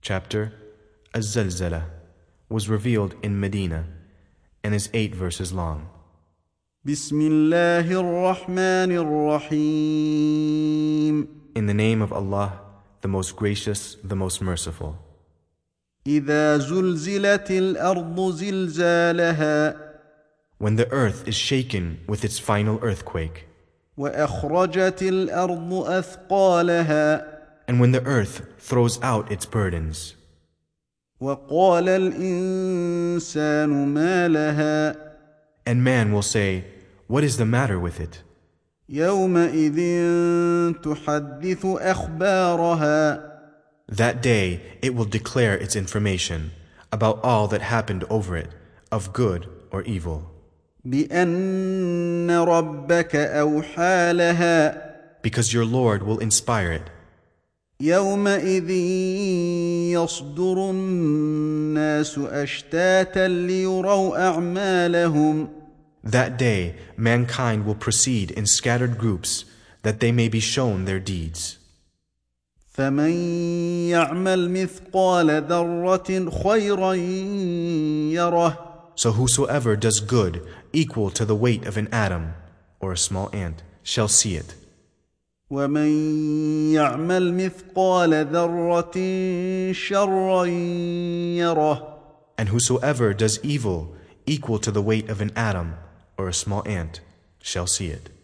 chapter Az-Zalzala, was revealed in Medina and is eight verses long. بسم الله الرحمن الرحيم In the name of Allah, the most gracious, the most merciful. إذا زلزلت الأرض زلزالها When the earth is shaken with its final earthquake, وأخرجت الأرض أثقالها and when the earth throws out its burdens, وقال الإنسان ما لها and man will say, What is the matter with it? يومئذ تحدث أخبارها That day it will declare its information about all that happened over it, of good or evil, بأن ربك أوحى لها because your Lord will inspire it. يومئذ يصدر الناس أشتاتا ليروا أعمالهم That day mankind will proceed in scattered groups, that they may be shown their deeds. فمن يعمل مثقال ذرة خيرا يره So whosoever does good equal to the weight of an atom or a small ant shall see it, ومن يعمل مثقال ذرة شرا يره and whosoever does evil equal to the weight of an atom or a small ant shall see it.